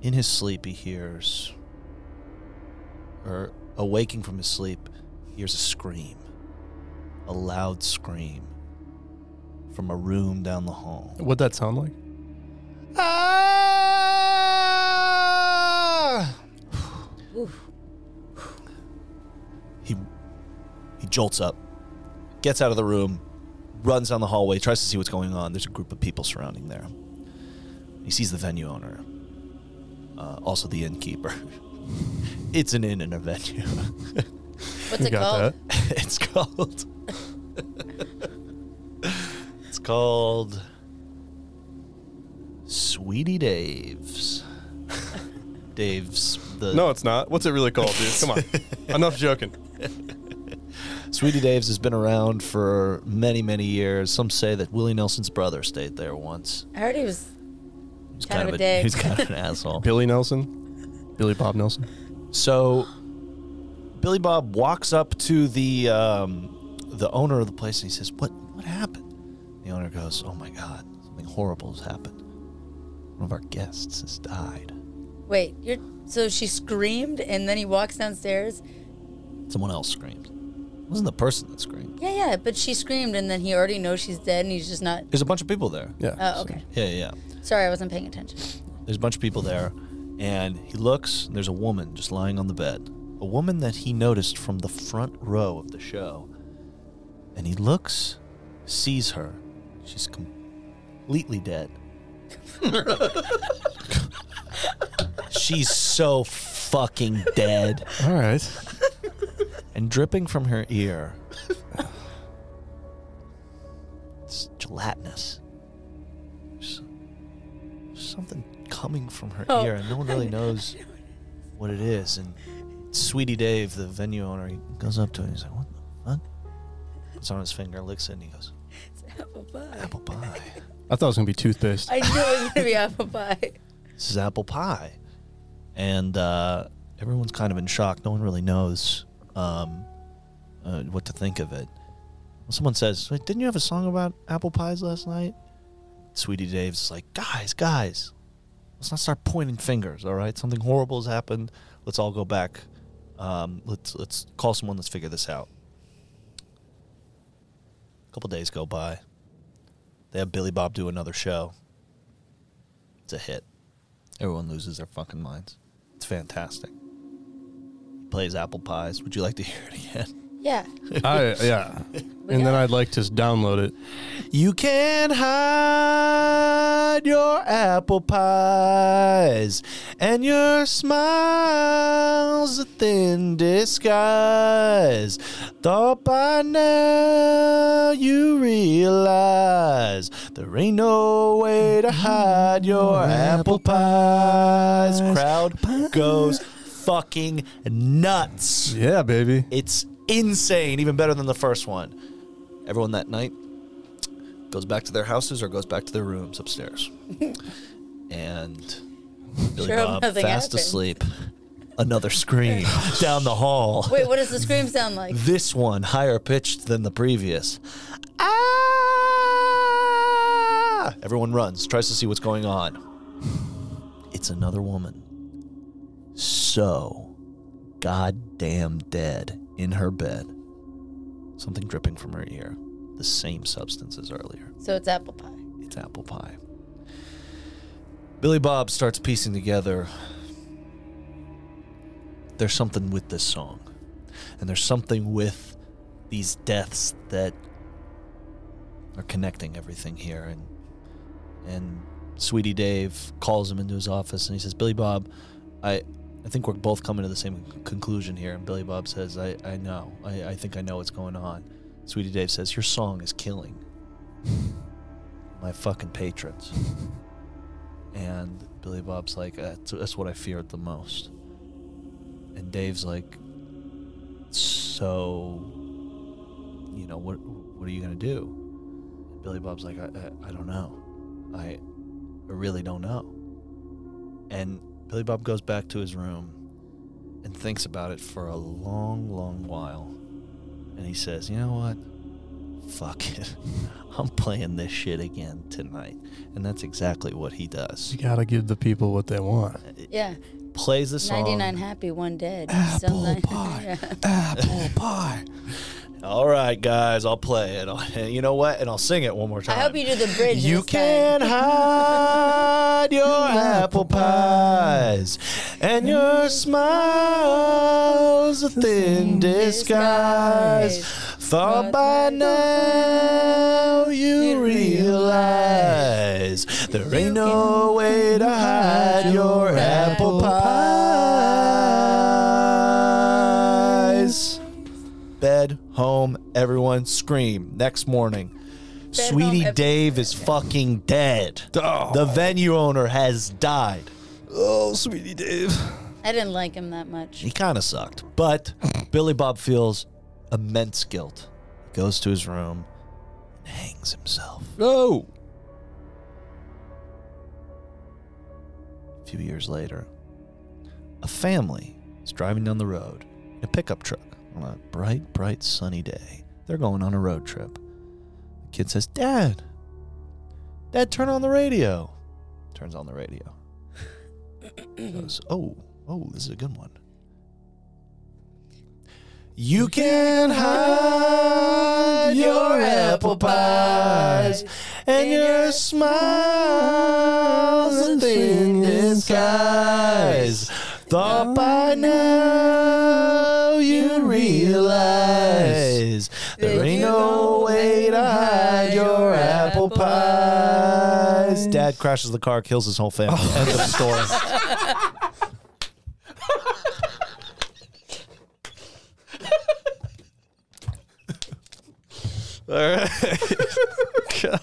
S3: In his sleep, he hears, or awaking from his sleep, he hears a scream, a loud scream from a room down the hall.
S1: What'd that sound like?
S3: Ah!
S2: Oof.
S3: He he jolts up, gets out of the room, runs down the hallway, tries to see what's going on. There's a group of people surrounding there. He sees the venue owner, uh, also the innkeeper. it's an inn and a venue.
S2: What's it
S1: got
S2: called?
S1: that?
S3: it's called. it's called Sweetie Dave's. Dave's the
S1: No, it's not. What's it really called, dude? Come on. Enough joking.
S3: Sweetie Dave's has been around for many, many years. Some say that Willie Nelson's brother stayed there once.
S2: I heard he was
S3: He's
S2: Kind of a
S3: a,
S2: dick.
S3: he's kind of an asshole.
S1: Billy Nelson, Billy Bob Nelson.
S3: So Billy Bob walks up to the um, the owner of the place and he says, "What what happened?" The owner goes, "Oh my God, something horrible has happened. One of our guests has died.
S2: Wait, you're so she screamed and then he walks downstairs.
S3: Someone else screamed. It wasn't the person that screamed.
S2: Yeah, yeah, but she screamed and then he already knows she's dead and he's just not.
S3: There's a bunch of people there.
S1: Yeah.
S2: Oh,
S1: so-
S2: okay.
S3: Yeah, yeah. yeah.
S2: Sorry, I wasn't paying attention.
S3: There's a bunch of people there, and he looks, and there's a woman just lying on the bed. A woman that he noticed from the front row of the show. And he looks, sees her. She's completely dead. She's so fucking dead.
S1: All right.
S3: And dripping from her ear, it's gelatinous. There's something coming from her
S2: Oh.
S3: ear, and no one really knows what it is. And Sweetie Dave, the venue owner, he goes up to it and he's like, What the fuck? It's on his finger, licks it, and he goes,
S2: It's apple pie.
S3: Apple pie.
S1: I thought it was gonna be toothpaste.
S2: I knew it was gonna be apple pie.
S3: This is apple pie. And uh, everyone's kind of in shock. No one really knows um, uh, what to think of it. Someone says, "Wait, Didn't you have a song about apple pies last night? Sweetie Dave's like, Guys, guys, let's not start pointing fingers, all right? Something horrible has happened. Let's all go back. Um, let's, let's call someone. Let's figure this out. A couple days go by. They have Billy Bob do another show. It's a hit. Everyone loses their fucking minds. It's fantastic. He plays apple pies. Would you like to hear it again?
S2: Yeah.
S1: I, yeah. And then I'd like to s- download it.
S3: You can hide your apple pies and your smiles a thin disguise. Thought by now you realize there ain't no way to hide your apple pies. Crowd goes fucking nuts.
S1: Yeah, baby.
S3: It's insane, even better than the first one. Everyone that night goes back to their houses or goes back to their rooms upstairs. and Billy
S2: Sure hope
S3: Bob fast
S2: nothing happened.
S3: asleep. Another scream down the hall.
S2: Wait, what does the scream sound like?
S3: This one higher pitched than the previous. Ah! Everyone runs, tries to see what's going on. It's another woman. So goddamn dead in her bed. Something dripping from her ear. The same substance as earlier.
S2: So it's apple pie.
S3: It's apple pie. Billy Bob starts piecing together. There's something with this song, and there's something with these deaths that are connecting everything here. And and Sweetie Dave calls him into his office, and he says, "Billy Bob, I." I think we're both coming to the same conclusion here. And Billy Bob says, I, I know. I, I think I know what's going on. Sweetie Dave says, Your song is killing my fucking patrons. And Billy Bob's like, that's, that's what I feared the most. And Dave's like, so, you know, what what are you gonna do? And Billy Bob's like, I, I, I don't know. I, I really don't know. And Billy Bob goes back to his room and thinks about it for a long, long while. And he says, you know what? Fuck it. I'm playing this shit again tonight. And that's exactly what he does.
S1: You gotta give the people what they want.
S2: Yeah.
S3: Plays the song.
S2: 99 happy, one dead.
S3: Apple
S2: Something-
S3: pie.
S2: Yeah.
S3: Apple pie. All right, guys, I'll play it. I'll- you know what? And I'll sing it one more time.
S2: I hope you do the bridge.
S3: You
S2: this time.
S3: can hide your apple pies and your smiles a thin disguise. For by now you realize there ain't no way to hide your apple pies. Bed, home, everyone scream. Next morning. Sweetie
S2: home, every-
S3: Dave is fucking dead. The venue owner has died.
S1: Oh, sweetie Dave.
S2: I didn't like him that much.
S3: He kind of sucked, but Billy Bob feels immense guilt. He goes to his room and hangs himself.
S1: No.
S3: few years later. A family is driving down the road in a pickup truck on a bright, bright sunny day. They're going on a road trip. The kid says, Dad, Dad, turn on the radio. Turns on the radio. goes, Oh, oh, this is a good one. You can hide your apple pies and your smiles and thin skies. Thought by now you realize there ain't no way to hide your apple pies. Dad crashes the car, kills his whole family.
S2: Oh.
S3: End of story.
S1: All right. God.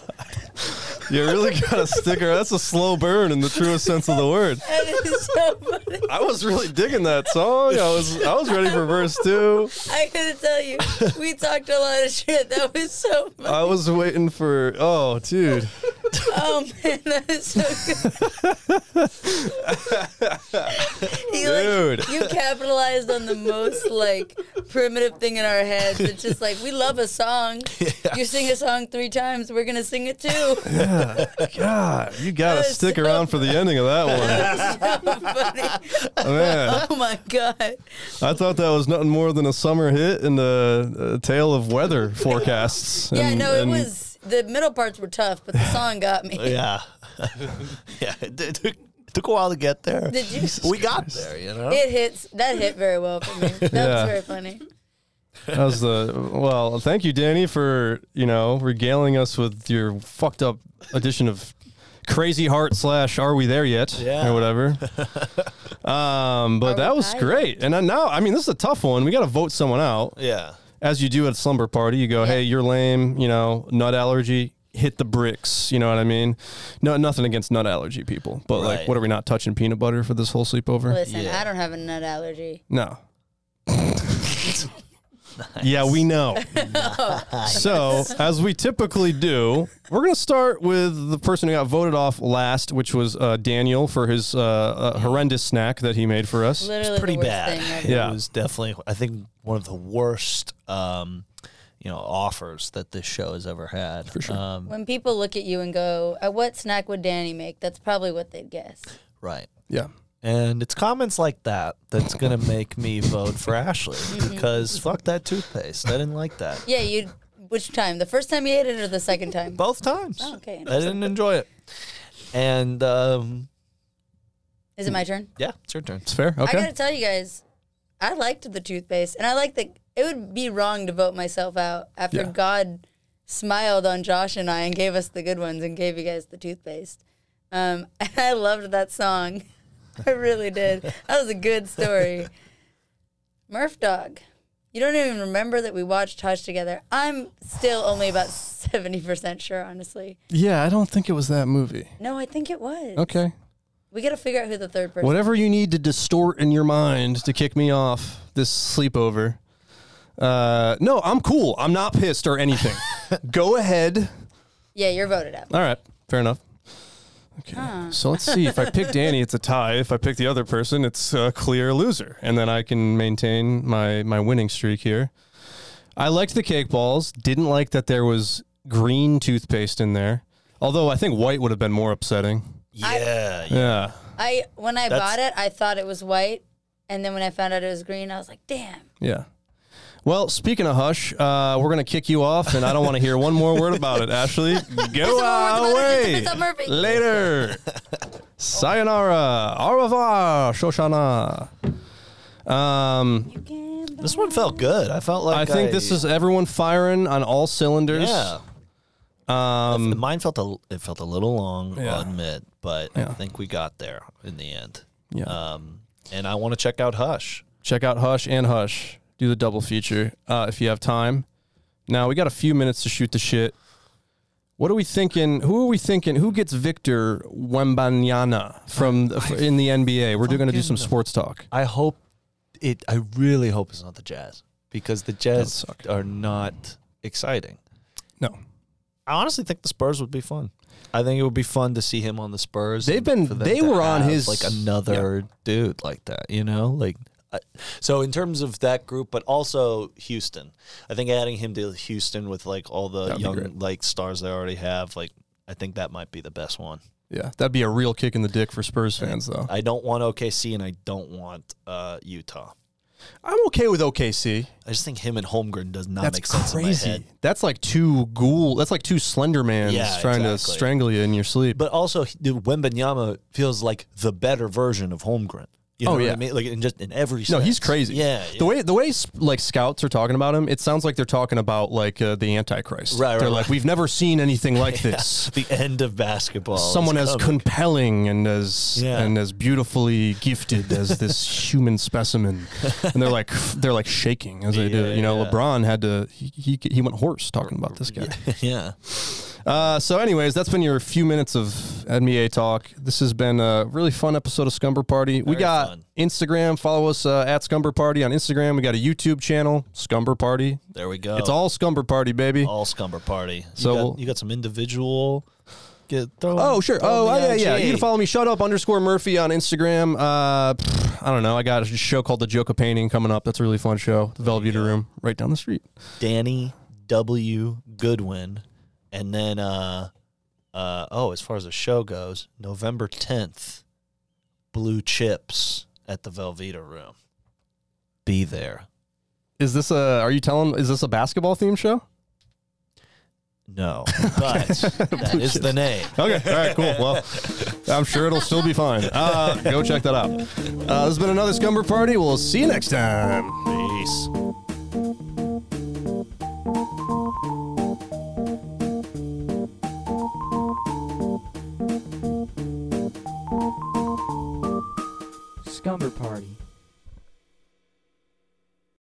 S1: You really gotta stick around. That's a slow burn in the truest sense of the word.
S2: That is so funny.
S1: I was really digging that song. I was I was ready for verse two.
S2: I gotta tell you, we talked a lot of shit. That was so funny.
S1: I was waiting for oh dude.
S2: Oh man, that is so good. He, like,
S1: Dude.
S2: you capitalized on the most like primitive thing in our heads. It's just like we love a song. You sing a song three times, we're gonna sing it too.
S1: God, you gotta
S2: That is
S1: stick
S2: so
S1: around for the ending of that
S2: That was so funny.
S1: one. Man.
S2: Oh my god.
S1: I thought that was nothing more than a summer hit and a, a tale of weather forecasts.
S2: Yeah,
S1: and-
S2: no, it
S1: and-
S2: was the middle parts were tough, but the song got me.
S3: Oh, Yeah. yeah. It t- took, took a while to get there.
S2: Did you?
S3: we got there, you know?
S2: It hits. That hit very well for me. That
S1: Yeah.
S2: was very funny.
S1: That was the well. Thank you, Danny, for you know regaling us with your fucked up edition of Crazy Heart slash Are We There Yet
S3: Yeah.
S1: or whatever. um, but
S2: Are
S1: that
S2: we
S1: was
S2: tired?
S1: great. And I, now, I mean, this is a tough one. We got to vote someone out,
S3: yeah.
S1: as you do at a slumber party. You go, hey, you're lame. You know, nut allergy. Hit the bricks. You know what I mean? No, nothing against nut allergy people, but like,
S3: Right.
S1: what are we not touching peanut butter for this whole sleepover?
S2: Listen,
S3: Yeah.
S2: I don't have a nut allergy.
S1: No. Yeah, we know. So, as we typically do, we're going to start with the person who got voted off last, which was uh, Daniel for his uh, uh, horrendous snack that he made for us.
S2: Literally,
S3: Pretty
S2: the worst
S3: bad.
S2: Thing ever.
S1: Yeah.
S3: It was definitely, I think, one of the worst, um, you know, offers that this show has ever had. For sure. Um,
S2: When people look at you and go, "Uh, "What snack would Danny make?" That's probably what they'd guess.
S3: right.
S1: Yeah.
S3: And it's comments like that that's going to make me vote for Ashley
S2: Mm-hmm.
S3: because fuck that toothpaste. I didn't like that.
S2: Yeah, you. Which time? The first time you ate it, or the second time?
S3: Both times.
S2: Oh, okay,
S3: I didn't enjoy it. And um,
S2: Is it my turn?
S3: yeah, it's your turn.
S1: It's fair.
S2: I
S1: Okay.
S2: gotta tell you guys, I liked the toothpaste, and I like that it would be wrong to vote myself out after
S1: Yeah.
S2: God smiled on Josh and I and gave us the good ones and gave you guys the toothpaste. Um, and I loved that song. I really did. That was a good story. Murph Dog. You don't even remember that we watched Hush together. I'm still only about 70% sure, honestly.
S1: Yeah, I don't think it was that movie.
S2: No, I think it was.
S1: Okay.
S2: We got to figure out who the third person
S1: Whatever you need to distort in your mind to kick me off this sleepover. Uh, no, I'm cool. I'm not pissed or anything. Go ahead.
S2: Yeah, you're voted out.
S1: All right, fair enough. Okay, so let's see. If I pick Danny, it's a tie. If I pick the other person, it's a clear loser, and then I can maintain my my winning streak here. I liked the cake balls. Didn't like that there was green toothpaste in there. Although I think white would have been more upsetting.
S3: Yeah.
S1: Yeah,
S2: I when I
S3: That's-
S2: bought it, I thought it was white, and then when I found out it was green, I was like, "Damn!"
S1: yeah. Well, speaking of hush, uh, we're gonna kick you off, and I don't want to hear one more word about it. Ashley, go
S2: about it.
S1: away
S2: It's a Murphy.
S1: later. Sayonara, au revoir, Shoshana. Um,
S3: This one felt good. I felt like
S1: I think this is everyone firing on all cylinders.
S3: yeah. Um, mine felt a it felt a little long. I'll admit, but I think we got there in the end.
S1: Yeah.
S3: Um, and I want to check out Hush.
S1: Check out Hush and Hush. Do the double feature uh, if you have time. Now we got a few minutes to shoot the shit. What are we thinking? Who are we thinking? Who gets Victor Wembanyama from the, f- in the NBA? We're going to do some sports talk.
S3: I hope it. I really hope it's not the Jazz because the Jazz
S1: suck.
S3: are not exciting.
S1: No,
S3: I honestly think the Spurs would be fun. I think it would be fun to see him on the Spurs.
S1: They've
S3: and
S1: been-
S3: for them
S1: they
S3: to
S1: were on
S3: have,
S1: his-
S3: like another dude like that. You know, like I, so in terms of that group, but also Houston. I think adding him to Houston with like all the
S1: That'd be
S3: young
S1: great.
S3: like stars they already have, like I think that might be the best one.
S1: Yeah, that'd be a real kick in the dick for Spurs fans, though.
S3: I don't want OKC and I don't want uh, Utah.
S1: I'm okay with OKC.
S3: I just think him and Holmgren does not
S1: That's
S3: make sense in my
S1: crazy.
S3: head.
S1: That's like two ghoul. That's like two slender mans
S3: Yeah,
S1: trying to
S3: exactly.
S1: strangle you in your sleep.
S3: But also, he- dude, Wembenyama feels like the better version of Holmgren. You know
S1: Oh,
S3: what
S1: yeah.
S3: I mean? Like in just in every
S1: no, he's
S3: sense.
S1: crazy.
S3: Yeah, yeah.
S1: The way the way s- like scouts are talking about him, it sounds like they're talking about like uh, the Antichrist.
S3: Right, right,
S1: They're
S3: right.
S1: like, we've never seen anything like this.
S3: the end of basketball. is
S1: Someone as
S3: coming.
S1: compelling and as
S3: Yeah.
S1: and as beautifully gifted as this human specimen, and they're like they're like shaking as they do.
S3: Yeah,
S1: it. You know,
S3: yeah.
S1: LeBron had to he, he he went hoarse talking about this guy.
S3: yeah.
S1: Uh, so, anyways, that's been your few minutes of NBA talk. This has been a really fun episode of Scumber Party. we
S3: Very
S1: got
S3: fun.
S1: Instagram. Follow us uh, at Scumber Party on Instagram. We got a YouTube channel, Scumber Party.
S3: There we go.
S1: It's all Scumber Party, baby.
S3: all scumber party. You
S1: So
S3: got,
S1: we'll-
S3: you got some individual. Get throw.
S1: Oh sure.
S3: throw
S1: Oh
S3: the
S1: yeah, yeah.
S3: IG.
S1: You can follow me. Shut up underscore Murphy on Instagram. Uh, pff, I don't know. I got a show called The Joke of Painting coming up. That's a really fun show. The Velveeta Room, right down the street.
S3: Danny W Goodwin, and then uh, uh oh, as far as the show goes, November tenth, Blue Chips at the Velveeta Room. Be there.
S1: Is this a? Are you telling? Is this a basketball themed show?
S3: No, but that is the name.
S1: Okay. All right. Cool. Well, I'm sure it'll still be fine. Uh, go check that out. Uh, this has been another Scumber Party. We'll see you next time.
S3: Peace.
S5: Scumber Party.